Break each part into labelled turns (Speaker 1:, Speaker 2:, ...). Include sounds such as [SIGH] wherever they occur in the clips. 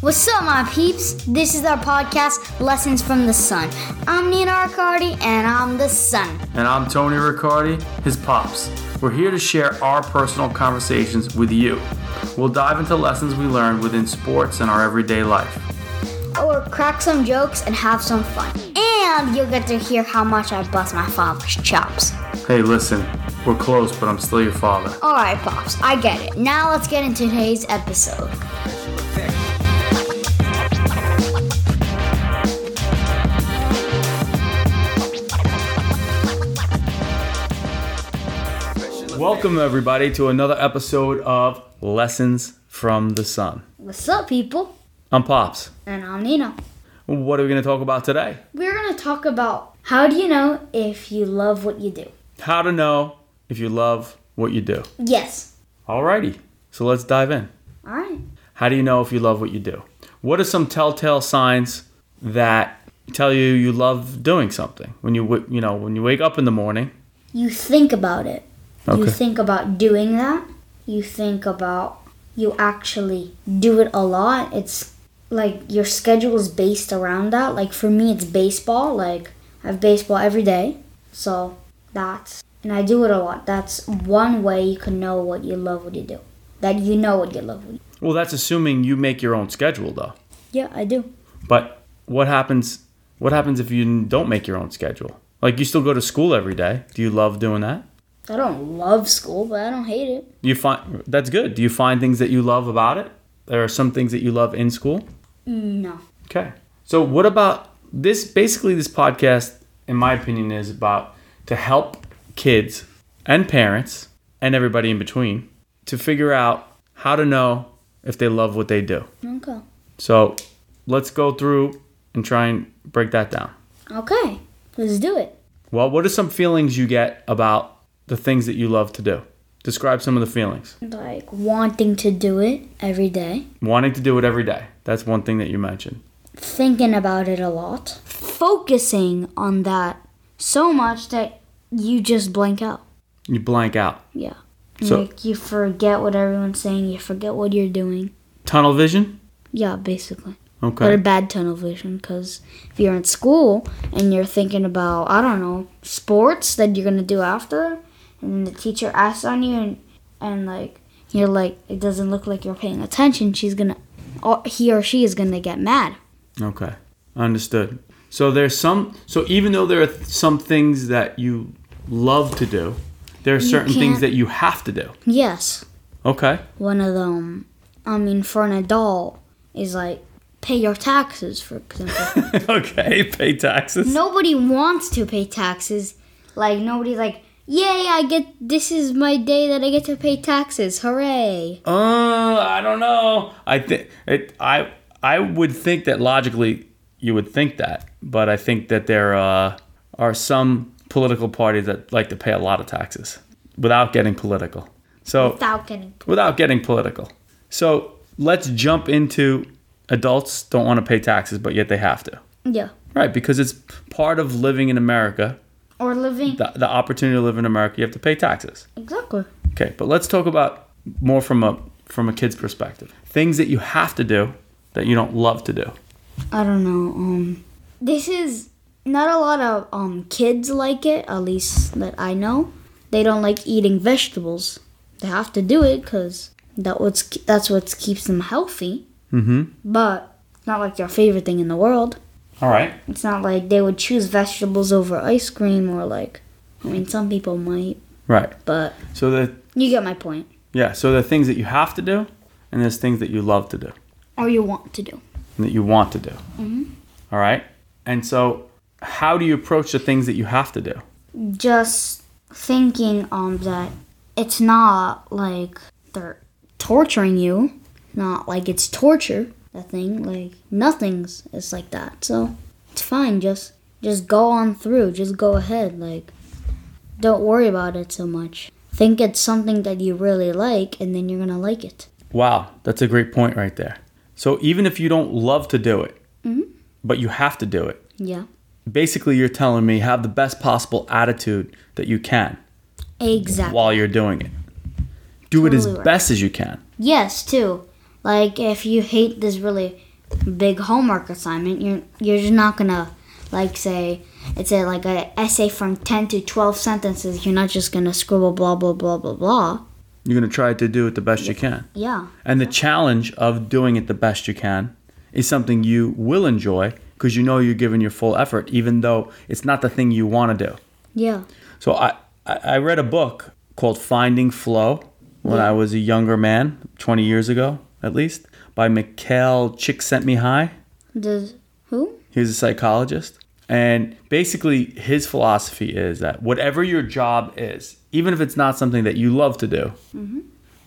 Speaker 1: What's up, my peeps? This is our podcast, Lessons from the Sun. I'm Nina Arcardi, and I'm the sun.
Speaker 2: And I'm Tony Riccardi, his pops. We're here to share our personal conversations with you. We'll dive into lessons we learned within sports and our everyday life.
Speaker 1: Or crack some jokes and have some fun. And you'll get to hear how much I bust my father's chops.
Speaker 2: Hey, listen, we're close, but I'm still your father.
Speaker 1: Alright, Pops, I get it. Now let's get into today's episode.
Speaker 2: Welcome, everybody, to another episode of Lessons from the Sun.
Speaker 1: What's up, people?
Speaker 2: I'm Pops.
Speaker 1: And I'm Nina.
Speaker 2: What are we going to talk about today?
Speaker 1: We're gonna talk about how do you know if you love what you do?
Speaker 2: How to know if you love what you do.
Speaker 1: Yes.
Speaker 2: Alrighty, so let's dive in.
Speaker 1: Alright.
Speaker 2: How do you know if you love what you do? What are some telltale signs that tell you you love doing something? When you wa- you know when you wake up in the morning,
Speaker 1: You think about it. You
Speaker 2: Okay.
Speaker 1: think about doing that. You think about you actually do it a lot. It's like your schedule is based around that. Like for me, it's baseball. Like I have baseball every day. So that's, and I do it a lot. That's one way you can know what you love, what you do. That you know what you love. What you do.
Speaker 2: well, that's assuming you make your own schedule, though.
Speaker 1: Yeah, I do.
Speaker 2: But what happens? What happens if you don't make your own schedule? Like you still go to school every day. Do you love doing that?
Speaker 1: I don't love school, but I don't hate it.
Speaker 2: You find that's good. Do you find things that you love about it? There are some things that you love in school.
Speaker 1: No.
Speaker 2: Okay. So what about this basically this podcast in my opinion is about to help kids and parents and everybody in between to figure out how to know if they love what they do.
Speaker 1: Okay.
Speaker 2: So let's go through and try and break that down.
Speaker 1: Okay. Let's do it.
Speaker 2: Well, what are some feelings you get about the things that you love to do? Describe some of the feelings.
Speaker 1: Like wanting to do it every day.
Speaker 2: Wanting to do it every day. That's one thing that you mentioned.
Speaker 1: thinking about it a lot, focusing on that so much that you just blank out.
Speaker 2: You blank out.
Speaker 1: Yeah.
Speaker 2: So-
Speaker 1: like you forget what everyone's saying, you forget what you're doing.
Speaker 2: Tunnel vision?
Speaker 1: Yeah, basically. But a
Speaker 2: Okay.
Speaker 1: bad tunnel vision because if you're in school and you're thinking about, I don't know, sports that you're going to do after, and the teacher asks on you, and, and like, you're like, it doesn't look like you're paying attention, she's going to, or he or she is going to get mad.
Speaker 2: Okay. Understood. So there's some so even though there are th- some things that you love to do, there are certain
Speaker 1: can't-
Speaker 2: things that you have to do.
Speaker 1: Yes.
Speaker 2: Okay. [LAUGHS]
Speaker 1: one of them i mean for an adult is like pay your taxes for
Speaker 2: [LAUGHS]
Speaker 1: example
Speaker 2: okay, pay taxes.
Speaker 1: nobody wants to pay taxes like nobody's like yay i get this is my day that i get to pay taxes hooray
Speaker 2: Uh, I don't know. I think it. I I would think that logically you would think that, but I think that there uh, are some political parties that like to pay a lot of taxes without getting political. So
Speaker 1: without getting
Speaker 2: without getting political. So let's jump into adults don't want to pay taxes, but yet they have to,
Speaker 1: yeah
Speaker 2: right? Because it's part of living in America.
Speaker 1: or living
Speaker 2: The, the opportunity to live in America, you have to pay taxes.
Speaker 1: exactly
Speaker 2: Okay, but let's talk about more from a from a kid's perspective. Things that you have to do that you don't love to do.
Speaker 1: i don't know um this is not a lot of um kids like it at least that i know they don't like eating vegetables they have to do it because that what's that's what keeps them healthy
Speaker 2: Mm-hmm.
Speaker 1: But it's not like their favorite thing in the world.
Speaker 2: All right.
Speaker 1: It's not like they would choose vegetables over ice cream or like. I mean, some people might,
Speaker 2: Right.
Speaker 1: but
Speaker 2: So the
Speaker 1: you get my point.
Speaker 2: yeah, so the things that you have to do, and there's things that you love to do
Speaker 1: Or you want to do.
Speaker 2: and that you want to do. All right. And so, how do you approach the things that you have to do?
Speaker 1: Just thinking um that it's not like they're torturing you. Not like it's torture. That thing like nothing's is like that. So it's fine. Just just go on through. Just go ahead. Like don't worry about it so much. Think it's something that you really like, and then you're gonna like it.
Speaker 2: Wow, that's a great point right there. So even if you don't love to do it,
Speaker 1: Mm-hmm.
Speaker 2: but you have to do it,
Speaker 1: Yeah.
Speaker 2: basically you're telling me have the best possible attitude that you can.
Speaker 1: Exactly.
Speaker 2: while you're doing it. Do it as
Speaker 1: Totally right.
Speaker 2: best as you can.
Speaker 1: Yes, too. Like if you hate this really big homework assignment. You're you're just not gonna like say it's a like a essay from ten to twelve sentences. You're not just gonna scribble blah blah blah blah blah.
Speaker 2: You're going to try to do it the best you can.
Speaker 1: Yeah.
Speaker 2: And the challenge of doing it the best you can is something you will enjoy because you know you're giving your full effort, even though it's not the thing you want to do.
Speaker 1: Yeah.
Speaker 2: So I, I I read a book called Finding Flow when I was a younger man, 20 years ago at least, by Mikhail Csikszentmihalyi.
Speaker 1: Does who?
Speaker 2: He's a psychologist. And basically, his philosophy is that whatever your job is, even if it's not something that you love to do,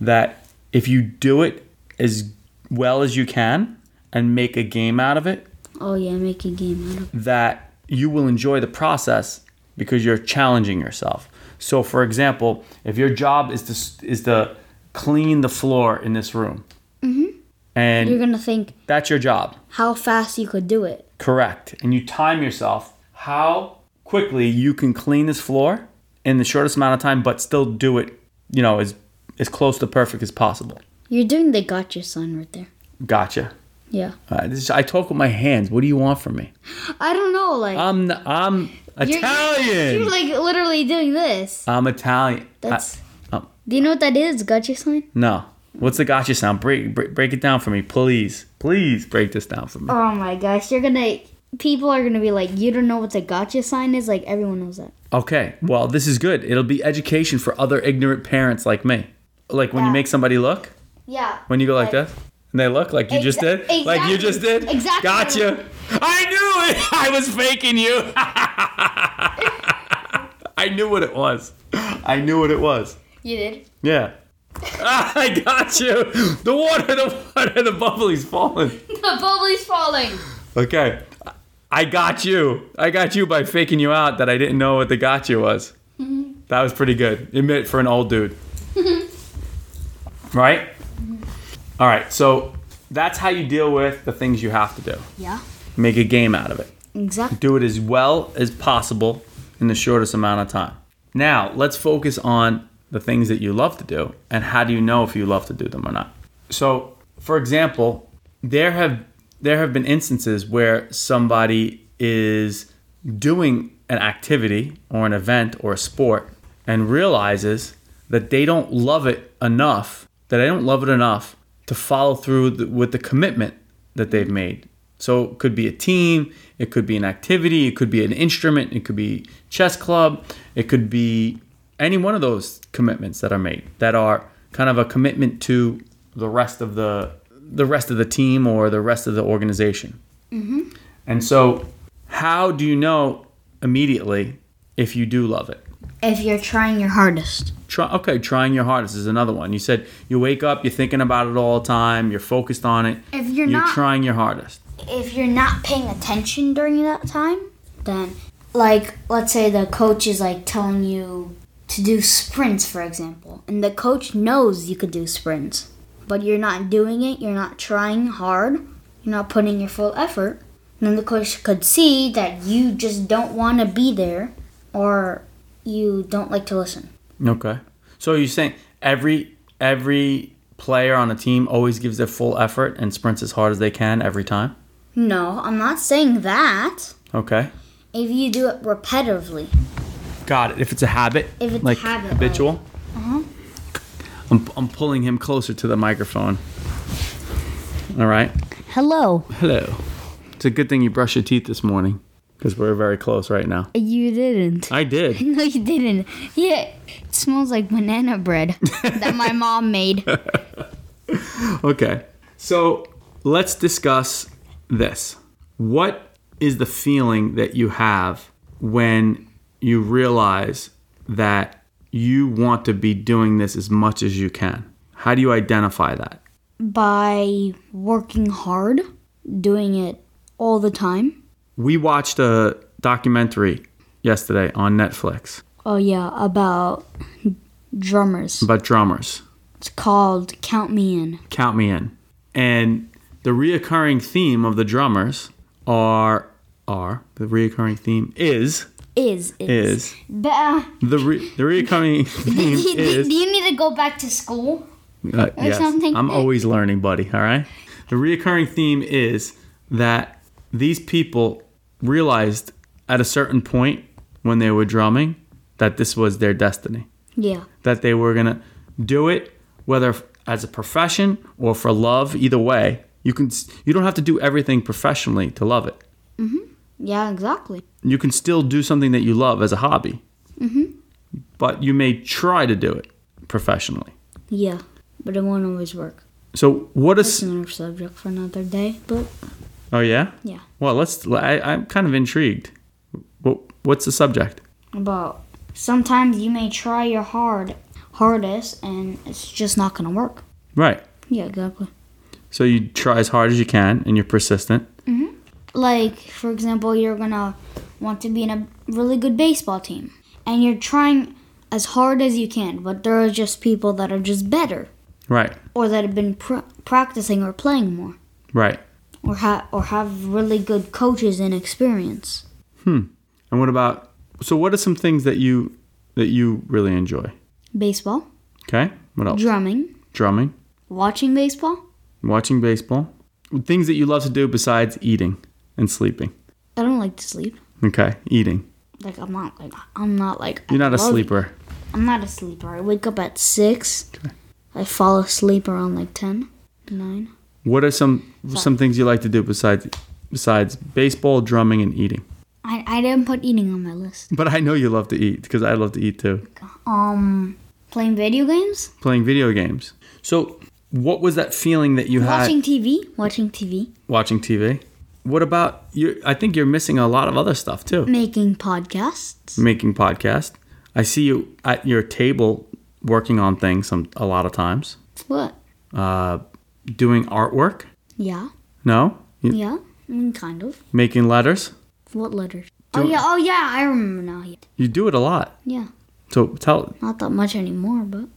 Speaker 2: that if you do it as well as you can and make a game out of it,
Speaker 1: Oh yeah, make a game out of.
Speaker 2: that you will enjoy the process because you're challenging yourself. So, for example, if your job is to s- is to clean the floor in this room, and
Speaker 1: Mm-hmm. You're gonna think
Speaker 2: that's your job,
Speaker 1: how fast you could do it.
Speaker 2: correct, and you time yourself how quickly you can clean this floor in the shortest amount of time, but still do it, you know, as as close to perfect as possible.
Speaker 1: You're doing the gotcha sign right there.
Speaker 2: Gotcha.
Speaker 1: Yeah.
Speaker 2: Uh, this, I talk with my hands. What do you want from me?
Speaker 1: I don't know, like
Speaker 2: I'm I'm
Speaker 1: you're-
Speaker 2: Italian.
Speaker 1: You're like literally doing this.
Speaker 2: I'm Italian. I-
Speaker 1: That's.
Speaker 2: um,
Speaker 1: do you know what that is? Gotcha sign.
Speaker 2: No. What's the gotcha sound? Break, break break it down for me, please. Please break this down for me.
Speaker 1: Oh my gosh, you're gonna. People are gonna be like, you don't know what the gotcha sign is. Like everyone knows that.
Speaker 2: Okay. Well, this is good. It'll be education for other ignorant parents like me. Like when you
Speaker 1: Yeah.
Speaker 2: make somebody look,
Speaker 1: Yeah.
Speaker 2: when you go like this, and they look like you just did,
Speaker 1: Exa-
Speaker 2: like you
Speaker 1: exactly.
Speaker 2: just did.
Speaker 1: Exactly.
Speaker 2: Gotcha. I knew it. [LAUGHS] I was faking you. [LAUGHS] I knew what it was. I knew what it was.
Speaker 1: You did. [LAUGHS]
Speaker 2: Yeah. [LAUGHS] Ah, I got you. The water, the water, the bubbly's falling.
Speaker 1: The bubbly's falling.
Speaker 2: Okay. I got you. I got you by faking you out that I didn't know what the got you was. That was pretty good. Admit for an old dude. right? All right. So that's how you deal with the things you have to do.
Speaker 1: Yeah.
Speaker 2: Make a game out of it.
Speaker 1: Exactly.
Speaker 2: Do it as well as possible in the shortest amount of time. Now, let's focus on the things that you love to do and how do you know if you love to do them or not. So, for example, there have there have been instances where somebody is doing an activity or an event or a sport and realizes that they don't love it enough, that I don't love it enough to follow through th- with the commitment that they've made. So it could be a team, it could be an activity, it could be an instrument, it could be chess club, it could be any one of those commitments that are made that are kind of a commitment to the rest of the the rest of the team or the rest of the organization.
Speaker 1: Mm-hmm.
Speaker 2: And so, how do you know immediately if you do love it?
Speaker 1: If you're trying your hardest.
Speaker 2: Try, okay, trying your hardest is another one. You said you wake up, you're thinking about it all the time, you're focused on it.
Speaker 1: If you're not-
Speaker 2: trying your hardest.
Speaker 1: If you're not paying attention during that time, then like let's say the coach is like telling you to do sprints for example, and the coach knows you could do sprints, but you're not doing it, you're not trying hard, you're not putting your full effort, then the coach could see that you just don't want to be there or you don't like to listen.
Speaker 2: Okay. So you're saying every every player on a team always gives their full effort and sprints as hard as they can every time.
Speaker 1: No, I'm not saying that.
Speaker 2: Okay.
Speaker 1: If you do it repetitively.
Speaker 2: Got it. If it's a habit,
Speaker 1: If it's a
Speaker 2: like
Speaker 1: habit, uh-huh. right.
Speaker 2: habitual. I'm, I'm pulling him closer to the microphone. All right.
Speaker 1: Hello.
Speaker 2: Hello. It's a good thing you brushed your teeth this morning because we're very close right now.
Speaker 1: You didn't.
Speaker 2: I did.
Speaker 1: [LAUGHS] No, you didn't. Yeah, it smells like banana [LAUGHS] bread that my mom made.
Speaker 2: Okay. So let's discuss this. What is the feeling that you have when you realize that you want to be doing this as much as you can? How do you identify that?
Speaker 1: By working hard, doing it all the time.
Speaker 2: We watched a documentary yesterday on Netflix
Speaker 1: Oh, yeah, about drummers.
Speaker 2: about drummers.
Speaker 1: It's called Count Me In.
Speaker 2: Count Me In. And the reoccurring theme of the drummers are are the reoccurring theme is
Speaker 1: Is.
Speaker 2: is
Speaker 1: But, [LAUGHS] uh,
Speaker 2: the re,
Speaker 1: [LAUGHS]
Speaker 2: the reoccurring theme
Speaker 1: do, do
Speaker 2: is
Speaker 1: you need to go back to school?
Speaker 2: uh, yes,
Speaker 1: something?
Speaker 2: I'm always learning, buddy. All right. the reoccurring theme is that these people realized at a certain point when they were drumming that this was their destiny
Speaker 1: Yeah.
Speaker 2: that they were going to do it whether f- as a profession or for love either way you can s- you don't have to do everything professionally to love it
Speaker 1: Yeah, exactly.
Speaker 2: you can still do something that you love as a hobby
Speaker 1: Mm-hmm.
Speaker 2: but you may try to do it professionally
Speaker 1: Yeah. But it won't always work.
Speaker 2: so what
Speaker 1: It's
Speaker 2: is
Speaker 1: another subject for another day, but
Speaker 2: oh yeah
Speaker 1: yeah.
Speaker 2: well let's I, i'm kind of intrigued what, what's the subject
Speaker 1: But sometimes you may try your hard hardest and it's just not gonna work.
Speaker 2: right
Speaker 1: Yeah, exactly.
Speaker 2: so you try as hard as you can and you're persistent
Speaker 1: like for example you're gonna want to be in a really good baseball team and you're trying as hard as you can but there are just people that are just better
Speaker 2: right
Speaker 1: or that have been pr- practicing or playing more
Speaker 2: right
Speaker 1: or, ha- or have really good coaches and experience
Speaker 2: and what about so what are some things that you that you really enjoy
Speaker 1: baseball
Speaker 2: okay what else
Speaker 1: drumming
Speaker 2: drumming
Speaker 1: watching baseball
Speaker 2: watching baseball things that you love to do besides eating and sleeping
Speaker 1: i don't like to sleep
Speaker 2: okay eating
Speaker 1: like i'm not like i'm not like I
Speaker 2: you're not a
Speaker 1: love-
Speaker 2: sleeper
Speaker 1: i'm not a sleeper i wake up at six i fall asleep around like 10 9
Speaker 2: what are some some things you like to do besides besides baseball drumming and eating
Speaker 1: I, I didn't put eating on my list
Speaker 2: but i know you love to eat because i love to eat too
Speaker 1: um playing video games
Speaker 2: playing video games so what was that feeling that you had
Speaker 1: watching tv watching tv
Speaker 2: watching tv what about you i think you're missing a lot of other stuff too
Speaker 1: making podcasts
Speaker 2: making podcast i see you at your table working on things some a lot of times
Speaker 1: what
Speaker 2: uh doing artwork
Speaker 1: yeah
Speaker 2: no You-
Speaker 1: yeah mm, kind of
Speaker 2: making letters
Speaker 1: what letters oh
Speaker 2: Do-
Speaker 1: yeah oh yeah i remember now yeah.
Speaker 2: you do it a lot
Speaker 1: yeah
Speaker 2: so tell
Speaker 1: not that much anymore but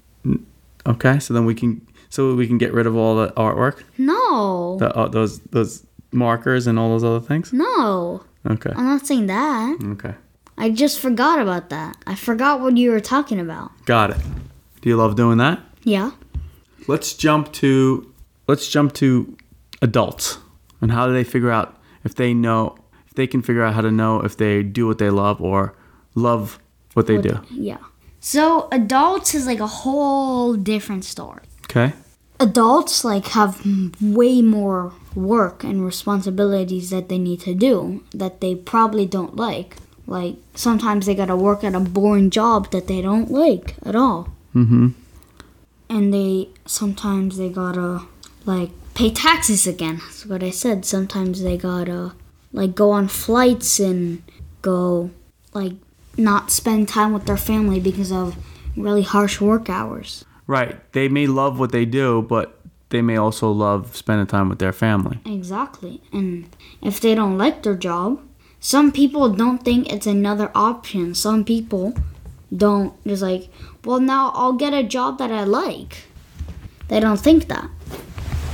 Speaker 2: okay so then we can so we can get rid of all the artwork
Speaker 1: no
Speaker 2: the, uh, those those markers and all those other things
Speaker 1: no
Speaker 2: okay
Speaker 1: i'm not saying that
Speaker 2: okay
Speaker 1: i just forgot about that i forgot what you were talking about
Speaker 2: got it do you love doing that
Speaker 1: yeah
Speaker 2: let's jump to let's jump to adults and how do they figure out if they know if they can figure out how to know if they do what they love or love what they do
Speaker 1: yeah so adults is like a whole different story
Speaker 2: okay
Speaker 1: adults like have m- way more work and responsibilities that they need to do that they probably don't like like sometimes they gotta work at a boring job that they don't like at all
Speaker 2: mm-hmm
Speaker 1: and they sometimes they gotta like pay taxes again that's what i said sometimes they gotta like go on flights and go like not spend time with their family because of really harsh work hours
Speaker 2: right they may love what they do but they may also love spending time with their family
Speaker 1: Exactly. And if they don't like their job, some people don't think it's another option. Some people don't just like, well, now I'll get a job that I like. They don't think that.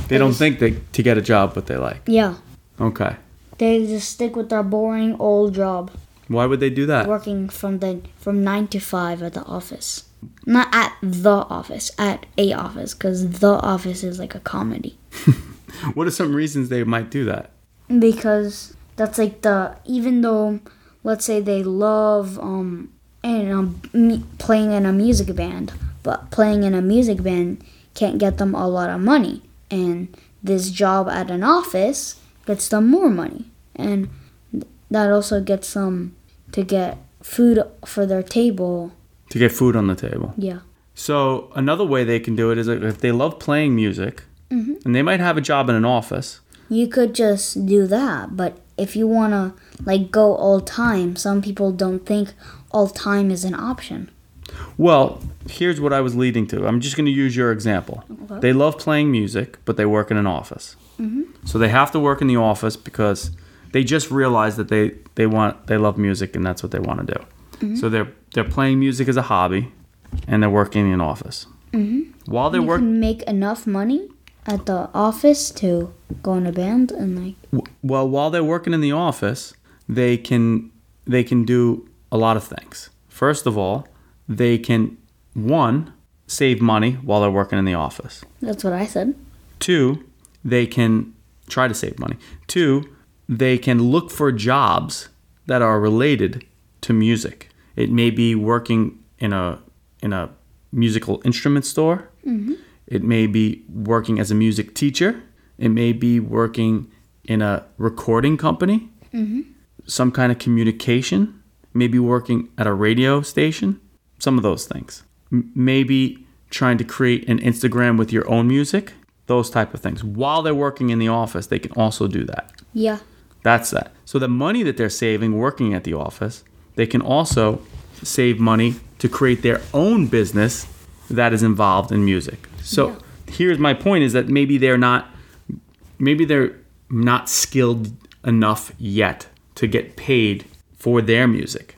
Speaker 2: they don't think they to get a job what they like
Speaker 1: Yeah.
Speaker 2: okay
Speaker 1: They just stick with their boring old job,
Speaker 2: why would they do that
Speaker 1: working from the from 9 to 5 at the office. Not at the office, at a office cuz the office is like a comedy.
Speaker 2: what are some reasons they might do that
Speaker 1: because that's like the even though let's say they love um and um, mu- playing in a music band but playing in a music band can't get them a lot of money and this job at an office gets them more money and th- that also gets them to get food for their table
Speaker 2: to get food on the table
Speaker 1: yeah
Speaker 2: So another way they can do it is if they love playing music, and they might have a job in an office.
Speaker 1: you could just do that but if you want to like go all time some people don't think all time is an option
Speaker 2: Well, here's what I was leading to. I'm just going to use your example. They love playing music, but they work in an office.
Speaker 1: Mm-hmm.
Speaker 2: So they have to work in the office because they just realize that they they want they love music and that's what they want to do.
Speaker 1: Mm-hmm.
Speaker 2: So they're they're playing music as a hobby, and they're working in an office. While they
Speaker 1: Mm-hmm. you
Speaker 2: work,
Speaker 1: can make enough money at the office to go in a band and like
Speaker 2: w- well while they're working in the office they can they can do a lot of things first of all they can one save money while they're working in the office
Speaker 1: that's what I said.
Speaker 2: two they can try to save money. Two, they can look for jobs that are related to music. It may be working in a in a musical instrument store. It may be working as a music teacher. It may be working in a recording company.
Speaker 1: Mm-hmm.
Speaker 2: Some kind of communication. Maybe working at a radio station. Some of those things. M- maybe trying to create an Instagram with your own music. Those type of things. While they're working in the office, they can also do that.
Speaker 1: Yeah.
Speaker 2: That's that. So the money that they're saving working at the office, they can also save money to create their own business that is involved in music. So here's my point is that maybe they're not maybe they're not skilled enough yet to get paid for their music.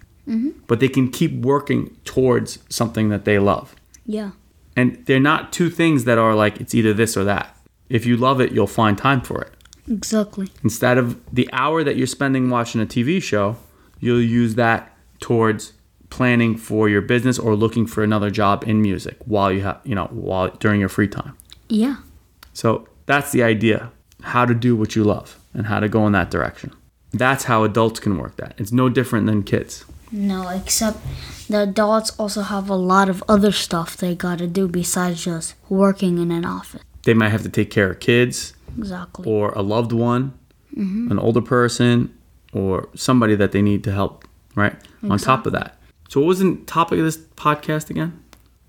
Speaker 2: But they can keep working towards something that they love.
Speaker 1: Yeah.
Speaker 2: And they're not two things that are like it's either this or that. If you love it, you'll find time for it
Speaker 1: Exactly.
Speaker 2: instead of the hour that you're spending watching a TV show, you'll use that towards planning for your business or looking for another job in music while you have, you know, while during your free time.
Speaker 1: Yeah.
Speaker 2: So that's the idea how to do what you love and how to go in that direction. That's how adults can work that. It's no different than kids.
Speaker 1: No, except the adults also have a lot of other stuff they gotta do besides just working in an office.
Speaker 2: They might have to take care of kids
Speaker 1: Exactly.
Speaker 2: or a loved one, an older person, or somebody that they need to help, right? On top of that. So, what was the topic of this podcast again?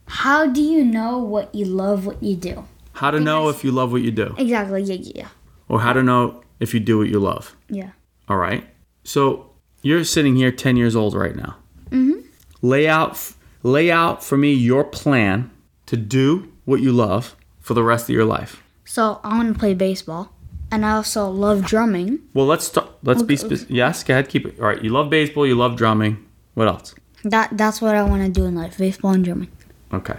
Speaker 1: How do you know what you love, what you do?
Speaker 2: How to know if you love what you do,
Speaker 1: Exactly. Yeah. Yeah.
Speaker 2: or how to know if you do what you love.
Speaker 1: Yeah.
Speaker 2: All right. So you're sitting here, ten years old right now. Mm-hmm. Lay out, lay out for me your plan to do what you love for the rest of your life.
Speaker 1: So I want to play baseball, and I also love drumming.
Speaker 2: Well, let's start. Let's be specific. Yes, go ahead. Keep it. All right. You love baseball. You love drumming. What else?
Speaker 1: That that's what I want to do in life: baseball and drumming.
Speaker 2: Okay.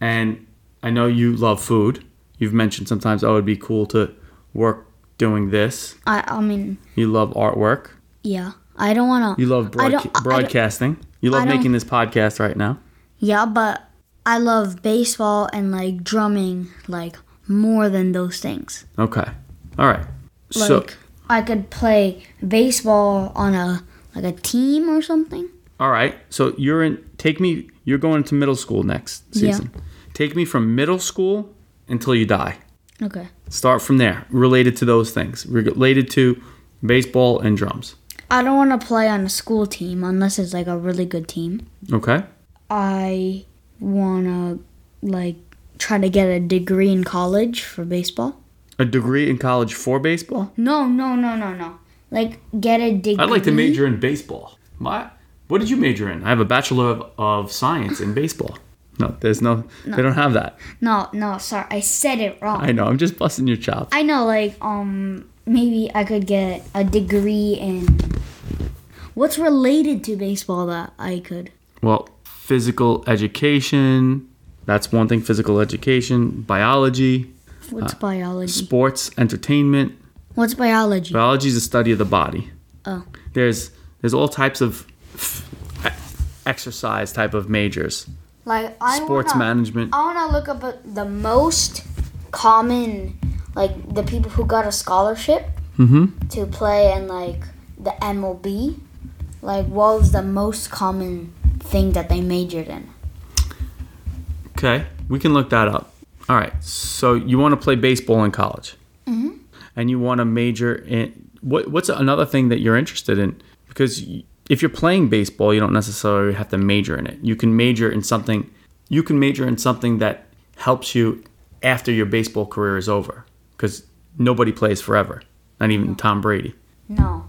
Speaker 2: And I know you love food. You've mentioned sometimes, oh, it'd be cool to work doing this.
Speaker 1: I I mean,
Speaker 2: You love artwork.
Speaker 1: yeah. I don't want to.
Speaker 2: You love
Speaker 1: I
Speaker 2: broadca-
Speaker 1: don't- I- I
Speaker 2: broadcasting. you love
Speaker 1: don't-
Speaker 2: making this podcast right now.
Speaker 1: Yeah, but I love baseball and like drumming like more than those things.
Speaker 2: Okay. All right.
Speaker 1: Like
Speaker 2: so,
Speaker 1: I could play baseball on a like a team or something.
Speaker 2: all right. So you're in. Take me. You're going to middle school next
Speaker 1: Yeah.
Speaker 2: season. Take me from middle school until you die.
Speaker 1: Okay.
Speaker 2: Start from there. Related to those things. Related to baseball and drums.
Speaker 1: I don't want to play on a school team unless it's like a really good team.
Speaker 2: Okay.
Speaker 1: I want to like try to get a degree in college for baseball.
Speaker 2: A degree in college for baseball.
Speaker 1: No, no, no, no, no. Like get a degree.
Speaker 2: I'd like to major in baseball. My. What did you major in? I have a bachelor of, of science in baseball. No, there's no, They don't have that.
Speaker 1: No, no, sorry. I said it wrong.
Speaker 2: I know. I'm just busting your chops.
Speaker 1: I know, like, um, maybe I could get a degree in what's related to baseball that I could.
Speaker 2: Well, physical education. That's one thing physical education, biology,
Speaker 1: What's biology?
Speaker 2: sports, entertainment.
Speaker 1: What's biology?
Speaker 2: Biology is a study of the body.
Speaker 1: Oh,
Speaker 2: There's there's all types of e- exercise type of majors.
Speaker 1: like I
Speaker 2: Sports
Speaker 1: wanna,
Speaker 2: management.
Speaker 1: I wanna look up at the most common, like the people who got a scholarship
Speaker 2: Mhm.
Speaker 1: to play in like the MLB. Like, what was the most common thing that they majored in?
Speaker 2: Okay. We can look that up. All right. So you want to play baseball in college. And you want to major in what what's another thing that you're interested in because y- if you're playing baseball, you don't necessarily have to major in it. You can major in something you can major in something that helps you after your baseball career is over cuz nobody plays forever. Not even Tom Brady.
Speaker 1: No.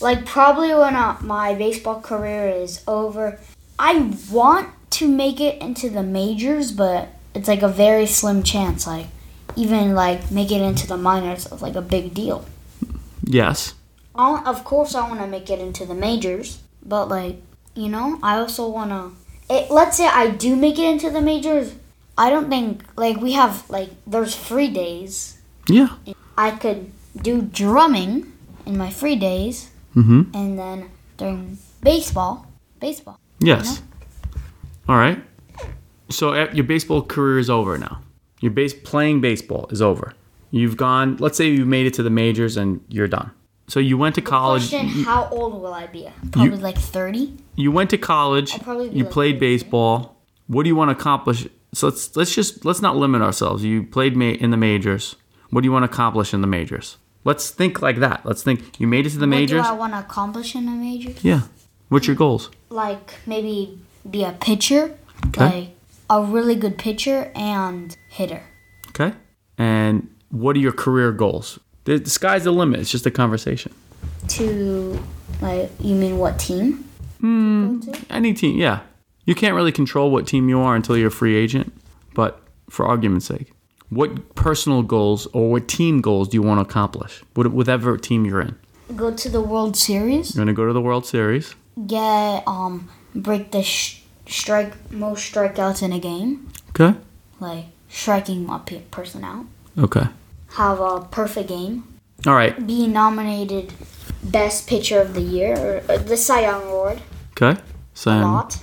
Speaker 1: Like, probably when uh, my baseball career is over, I want to make it into the majors, but it's like a very slim chance. Like, even like make it into the minors is like a big deal.
Speaker 2: Yes.
Speaker 1: I, want- of course, I want to make it into the majors, but like, you know, I also want to. It, let's say I do make it into the majors. I don't think like we have like there's free days.
Speaker 2: Yeah.
Speaker 1: I could do drumming in my free days
Speaker 2: Mhm.
Speaker 1: and then during baseball, baseball.
Speaker 2: Yes. All right. e, So uh, your baseball career is over now. Your base playing baseball is over. You've gone. Let's say you made it to the majors and you're done. So you went to college.
Speaker 1: Question: How old will I be? Probably like thirty.
Speaker 2: you went to college
Speaker 1: probably be
Speaker 2: you
Speaker 1: like
Speaker 2: played baseball what do you want to accomplish so let's let's just let's not limit ourselves you played ma- in the majors what do you want to accomplish in the majors let's think like that let's think you made it to the majors
Speaker 1: What do I want to accomplish in a major?
Speaker 2: yeah what's your goals
Speaker 1: Like maybe be a pitcher,
Speaker 2: Okay.
Speaker 1: like a really good pitcher and hitter.
Speaker 2: okay and what are your career goals the, the sky's the limit it's just a conversation
Speaker 1: To like, you mean what team?
Speaker 2: any team yeah you can't really control what team you are until you're a free agent but for argument's sake what personal goals or what team goals do you want to accomplish What- whatever team you're in
Speaker 1: Go to the World Series.
Speaker 2: You're gonna go to the World Series.
Speaker 1: Get um break the sh- strike most strikeouts in a game.
Speaker 2: Okay.
Speaker 1: Like striking my pe- person out.
Speaker 2: Okay.
Speaker 1: Have a perfect game.
Speaker 2: All right.
Speaker 1: Be nominated best pitcher of the year or, or the Cy Young Award.
Speaker 2: Okay. So
Speaker 1: lot.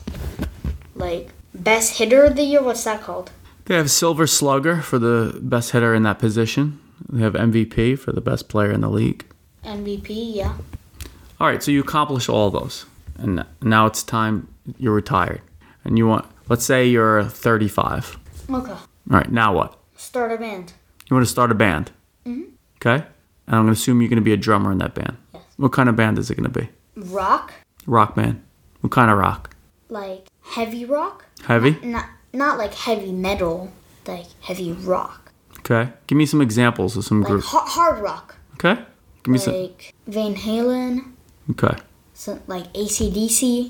Speaker 1: Like best hitter of the year. What's that called?
Speaker 2: they have Silver Slugger for the best hitter in that position. They have MVP for the best player in the league.
Speaker 1: MVP. Yeah.
Speaker 2: All right. So you accomplish all those, and now it's time you're retired, and you want. Let's say you're 35.
Speaker 1: Okay.
Speaker 2: All right. Now what?
Speaker 1: Start a band.
Speaker 2: You want to start a band. Mm-hmm. Okay. And I'm gonna assume you're gonna be a drummer in that band.
Speaker 1: Yes.
Speaker 2: What kind of band is it gonna be?
Speaker 1: Rock.
Speaker 2: Rock band. What kind of rock?
Speaker 1: Like heavy rock.
Speaker 2: Heavy.
Speaker 1: Not not like heavy metal. Like heavy rock.
Speaker 2: Okay. Give me some examples of some
Speaker 1: Like
Speaker 2: groups.
Speaker 1: ha- hard rock.
Speaker 2: Okay. Give me some.
Speaker 1: Like Van Halen.
Speaker 2: Okay.
Speaker 1: So, like ACDC.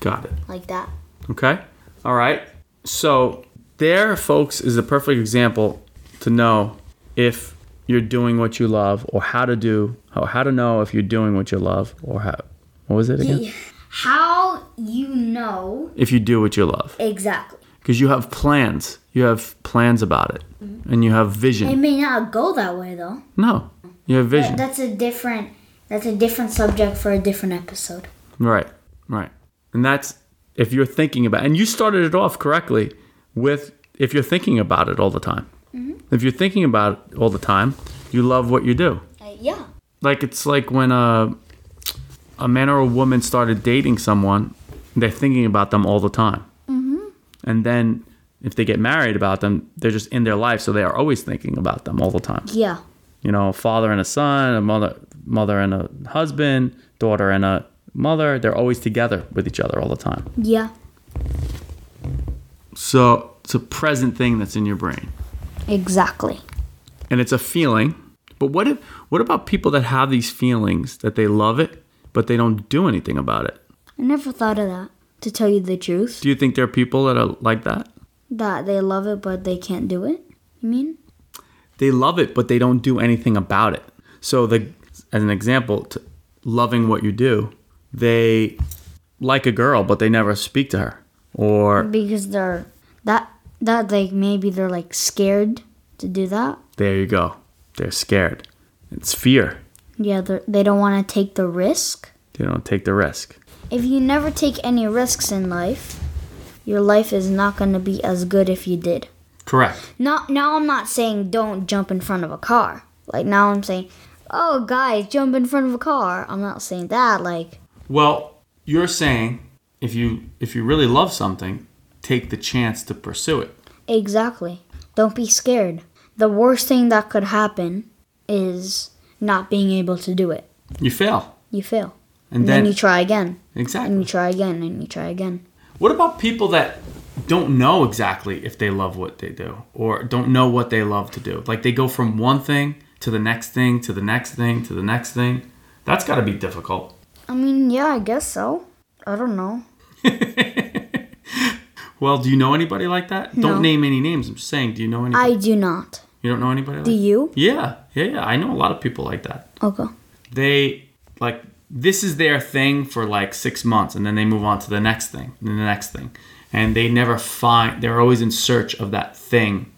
Speaker 2: Got it.
Speaker 1: Like that.
Speaker 2: Okay. All right. So, there, folks, is the perfect example to know if you're doing what you love or how to do, how, how to know if you're doing what you love or how, what was it again?
Speaker 1: How you know
Speaker 2: If you do what you love.
Speaker 1: exactly?
Speaker 2: Because you have plans. You have plans about it. Mm-hmm. And you have
Speaker 1: It
Speaker 2: vision.
Speaker 1: may not go that way though.
Speaker 2: No. You have vision.
Speaker 1: That's a different. That's a different subject for a different episode.
Speaker 2: Right, right. And that's if you're thinking about and you started it off correctly with if you're thinking about it all the time. If you're thinking about it all the time, you love what you do.
Speaker 1: Uh, yeah.
Speaker 2: Like it's like when a a man or a woman started dating someone, they're thinking about them all the time. And then if they get married about them, they're just in their life, so they are always thinking about them all the time
Speaker 1: Yeah.
Speaker 2: you know, a father and a son, a mother, mother and a husband, daughter and a mother. They're always together with each other all the time.
Speaker 1: Yeah.
Speaker 2: So it's a present thing that's in your brain,
Speaker 1: Exactly.
Speaker 2: and it's a feeling. But what if, what about people that have these feelings that they love it, but they don't do anything about it?
Speaker 1: I never thought of that. To tell you the truth,
Speaker 2: Do you think there are people that are like that?
Speaker 1: that they love it but they can't do it. You mean?
Speaker 2: They love it, but they don't do anything about it. So the, as an example, to loving what you do, they like a girl, but they never speak to her, or
Speaker 1: Because they're that that like maybe they're like scared to do that.
Speaker 2: There you go. They're scared. It's fear.
Speaker 1: Yeah, they're- they don't want to take the risk.
Speaker 2: They don't take the risk.
Speaker 1: If you never take any risks in life, your life is not going to be as good if you did.
Speaker 2: Correct.
Speaker 1: Now, now I'm not saying don't jump in front of a car. Like now I'm saying, oh guys, jump in front of a car. I'm not saying that. Like
Speaker 2: Well, you're saying if you if you really love something, take the chance to pursue it.
Speaker 1: Exactly. Don't be scared. The worst thing that could happen is not being able to do it.
Speaker 2: You fail.
Speaker 1: You fail.
Speaker 2: And
Speaker 1: And then,
Speaker 2: then
Speaker 1: you try again. And you
Speaker 2: exactly.
Speaker 1: try again and you try again.
Speaker 2: What about people that don't know exactly if they love what they do or don't know what they love to do? Like they go from one thing to the next thing to the next thing to the next thing. That's got to be difficult.
Speaker 1: I mean, yeah, I guess so. I don't know.
Speaker 2: Well, do you know anybody like that?
Speaker 1: No.
Speaker 2: Don't name any names. I'm just saying, do you know anybody?
Speaker 1: I do not.
Speaker 2: you don't know anybody like
Speaker 1: Do you?
Speaker 2: Yeah, yeah, yeah. I know a lot of people like that.
Speaker 1: Okay.
Speaker 2: They like this is their thing for like six months, and then they move on to the next thing, and the next thing, and they never find. They're always in search of that thing,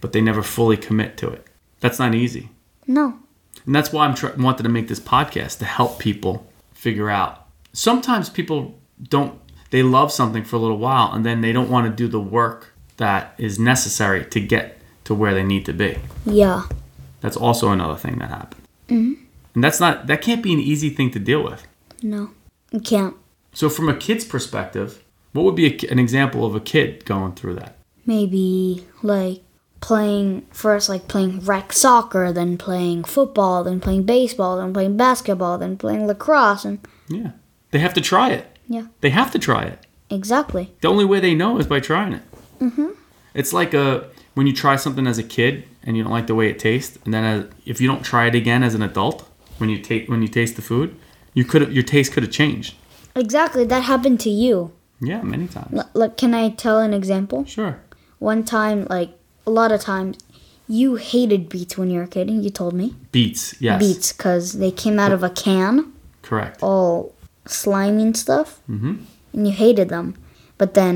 Speaker 2: but they never fully commit to it. That's not easy,
Speaker 1: No.
Speaker 2: and that's why I'm tr- wanted to make this podcast to help people figure out. Sometimes people don't. They love something for a little while, and then they don't want to do the work that is necessary to get to where they need to be.
Speaker 1: Yeah. Mm-hmm.
Speaker 2: That's also another thing that happened. And that's not that can't be an easy thing to deal with.
Speaker 1: No, you can't.
Speaker 2: So from a kid's perspective, what would be a ki an example of a kid going through that?
Speaker 1: Maybe like playing first, like playing rec soccer, then playing football, then playing baseball, then playing basketball, then playing lacrosse, and
Speaker 2: Yeah. They have to try it.
Speaker 1: yeah,
Speaker 2: They have to try it.
Speaker 1: exactly.
Speaker 2: The only way they know is by trying it. Mm-hmm. It's like a when you try something as a kid and you don't like the way it tastes, and then as, if you don't try it again as an adult, when you take when you taste the food, you could your taste could have changed.
Speaker 1: Exactly, that happened to you.
Speaker 2: Yeah, many times.
Speaker 1: L- like, can I tell an example?
Speaker 2: Sure.
Speaker 1: One time, like a lot of times, you hated beets when you were a kid, and you told me
Speaker 2: Beets. Yes.
Speaker 1: beets because they came out of a can,
Speaker 2: Correct.
Speaker 1: all slimy and stuff, mm-hmm. and you hated them. But then,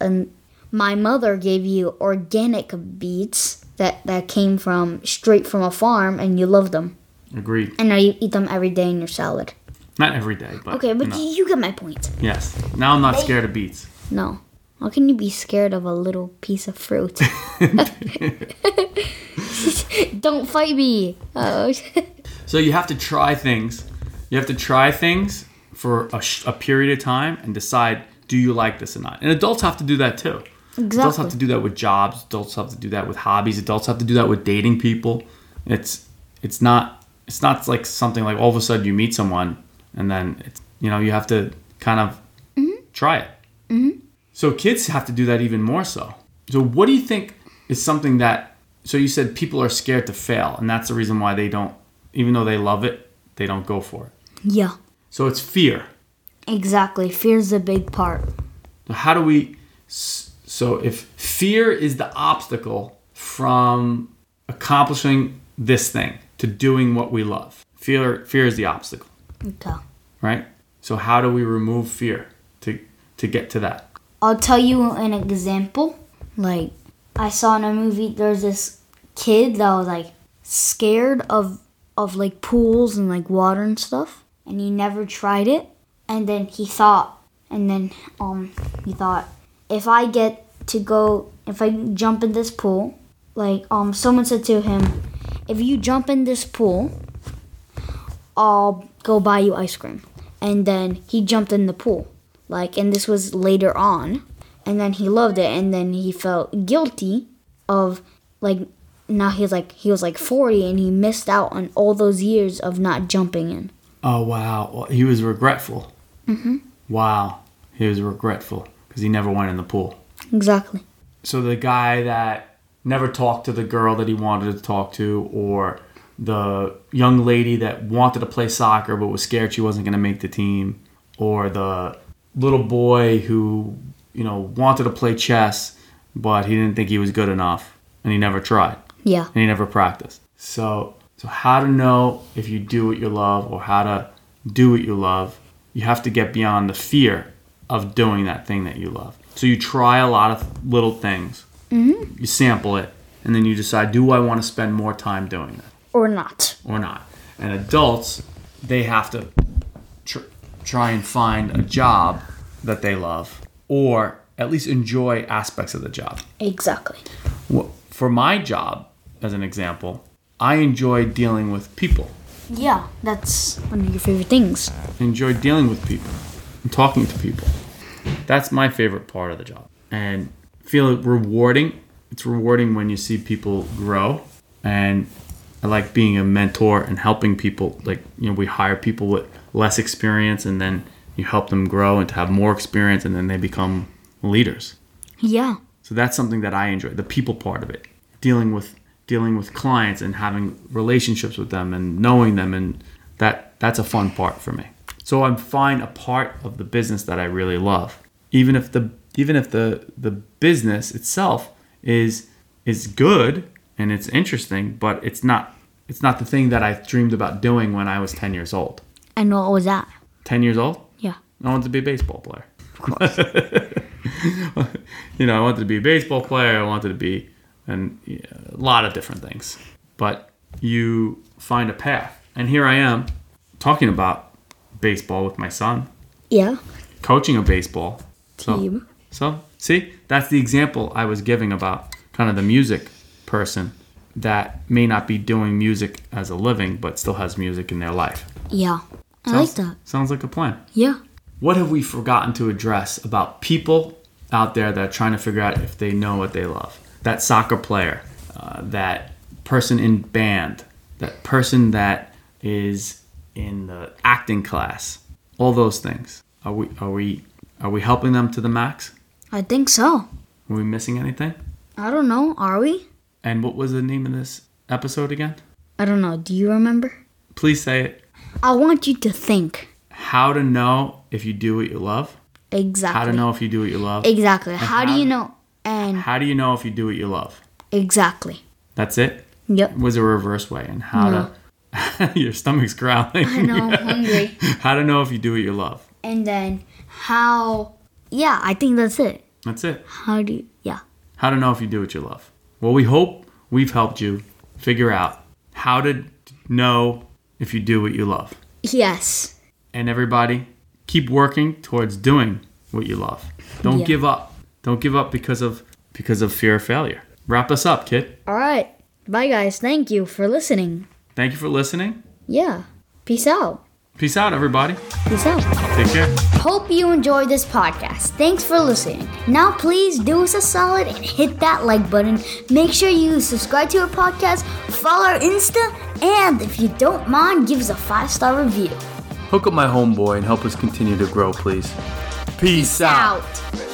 Speaker 1: and my mother gave you organic beets that that came from straight from a farm, and you loved them.
Speaker 2: Agreed.
Speaker 1: And now you eat them every day in your salad.
Speaker 2: Not every day, but
Speaker 1: Okay, but
Speaker 2: you know.
Speaker 1: you, you get my point.
Speaker 2: yes. Now I'm not scared of beets.
Speaker 1: No. How can you be scared of a little piece of
Speaker 2: [LAUGHS]
Speaker 1: fruit? [LAUGHS] Don't fight me. Oh.
Speaker 2: So you have to try things. You have to try things for a, sh- a period of time and decide do you like this or not. And adults have to do that too. Adults
Speaker 1: Exactly.
Speaker 2: have to do that with jobs. Adults have to do that with hobbies. Adults have to do that with dating people. It's it's not it's not like something like all of a sudden you meet someone and then it's, you know you have to kind of try it. So kids have to do that even more so. So what do you think is something that so you said people are scared to fail and that's the reason why they don't even though they love it, they don't go for it.
Speaker 1: [LAUGHS] yeah.
Speaker 2: So it's fear.
Speaker 1: Exactly. Fear's the big part.
Speaker 2: So how do we s- so if fear is the obstacle from accomplishing this thing to doing what we love. Fear fear is the obstacle,
Speaker 1: Okay.
Speaker 2: right? So how do we remove fear to to get to that?
Speaker 1: I'll tell you an example. Like, I saw in a movie there's this kid that was like scared of of like pools and like water and stuff, and he never tried it. And then he thought, and then um he thought, if I get to go, if I jump in this pool, like um someone said to him, if you jump in this pool, I'll go buy you ice cream. And then he jumped in the pool. Like, and this was later on. And then he loved it. And then he felt guilty of, like, now he's like, he was like 40 and he missed out on all those years of not jumping in.
Speaker 2: Oh wow, Well, he was regretful. Mm-hmm. Wow, he was regretful because he never went in the pool.
Speaker 1: Exactly.
Speaker 2: So the guy that never talked to the girl that he wanted to talk to, or the young lady that wanted to play soccer but was scared she wasn't going to make the team, or the little boy who you know wanted to play chess but he didn't think he was good enough and he never tried
Speaker 1: Yeah.
Speaker 2: and you never practice. So, so how to know if you do what you love or how to do what you love, you have to get beyond the fear of doing that thing that you love. So you try a lot of little things. Mm-hmm. You sample it, and then you decide: Do I want to spend more time doing that?
Speaker 1: Or not.
Speaker 2: or not. And adults, they have to tr- try and find a job that they love or at least enjoy aspects of the job.
Speaker 1: Exactly.
Speaker 2: Wh- For my job, as an example, I enjoy dealing with people,
Speaker 1: Yeah. That's one of your favorite things.
Speaker 2: I enjoy dealing with people and talking to people. That's my favorite part of the job and feel it rewarding. It's rewarding when you see people grow and I like being a mentor and helping people like you know we hire people with less experience and then you help them grow and to have more experience and then they become leaders.
Speaker 1: Yeah.
Speaker 2: So that's something that I enjoy, the people part of it. Dealing with dealing with clients and having relationships with them and knowing them and that that's a fun part for me. So I'm fine a part of the business that I really love. Even if the even if the the business itself is is good and it's interesting, but it's not it's not the thing that I dreamed about doing when I was 10 years old.
Speaker 1: And what was that?
Speaker 2: 10 years old?
Speaker 1: Yeah.
Speaker 2: I wanted to be a baseball player. [LAUGHS] you know, I wanted to be a baseball player. I wanted to be an, a lot of different things. But you find a path. And here I am talking about baseball with my son,
Speaker 1: Yeah.
Speaker 2: coaching a baseball so,
Speaker 1: Team.
Speaker 2: So, see, that's the example I was giving about kind of the music person that may not be doing music as a living, but still has music in their life.
Speaker 1: Yeah. I like
Speaker 2: Sounds-
Speaker 1: that.
Speaker 2: Sounds like a plan.
Speaker 1: Yeah.
Speaker 2: What have we forgotten to address about people out there that are trying to figure out if they know what they love? That soccer player, uh, that person in band, that person that is in the acting class, all those things. Are we are we are we helping them to the max?
Speaker 1: I think so.
Speaker 2: Are we missing anything?
Speaker 1: I don't know. Are we?
Speaker 2: And what was the name of this episode again?
Speaker 1: I don't know. Do you remember?
Speaker 2: Please say it.
Speaker 1: I want you to think.
Speaker 2: How to know if you do what you love?
Speaker 1: Exactly.
Speaker 2: How to know if you do what you love?
Speaker 1: Exactly. How do
Speaker 2: how-
Speaker 1: you know? And
Speaker 2: How do you know if you do what you love?
Speaker 1: exactly.
Speaker 2: That's it.
Speaker 1: Yep.
Speaker 2: was a reverse way and how to [LAUGHS] your stomach's growling.
Speaker 1: [LAUGHS] I know [LAUGHS] I'm hungry.
Speaker 2: [LAUGHS] how to know if you do what you love.
Speaker 1: And then how? Yeah, I think that's it.
Speaker 2: That's it.
Speaker 1: How do you? Yeah.
Speaker 2: How to know if you do what you love. Well, we hope we've helped you figure out how to know if you do what you love.
Speaker 1: Yes.
Speaker 2: And everybody, keep working towards doing what you love. Don't
Speaker 1: Yeah.
Speaker 2: give up. Don't give up because of because of fear of failure. Wrap us up, kid.
Speaker 1: All right. Bye, guys. Thank you for listening.
Speaker 2: Thank you for listening.
Speaker 1: Yeah. Peace out.
Speaker 2: Peace out, everybody.
Speaker 1: Peace out.
Speaker 2: Take care.
Speaker 1: Hope you enjoyed this podcast. Thanks for listening. Now, please do us a solid and hit that like button. Make sure you subscribe to our podcast, follow our Insta, and if you don't mind, give us a five star review.
Speaker 2: Hook up my homeboy and help us continue to grow, please. Peace,
Speaker 1: Out.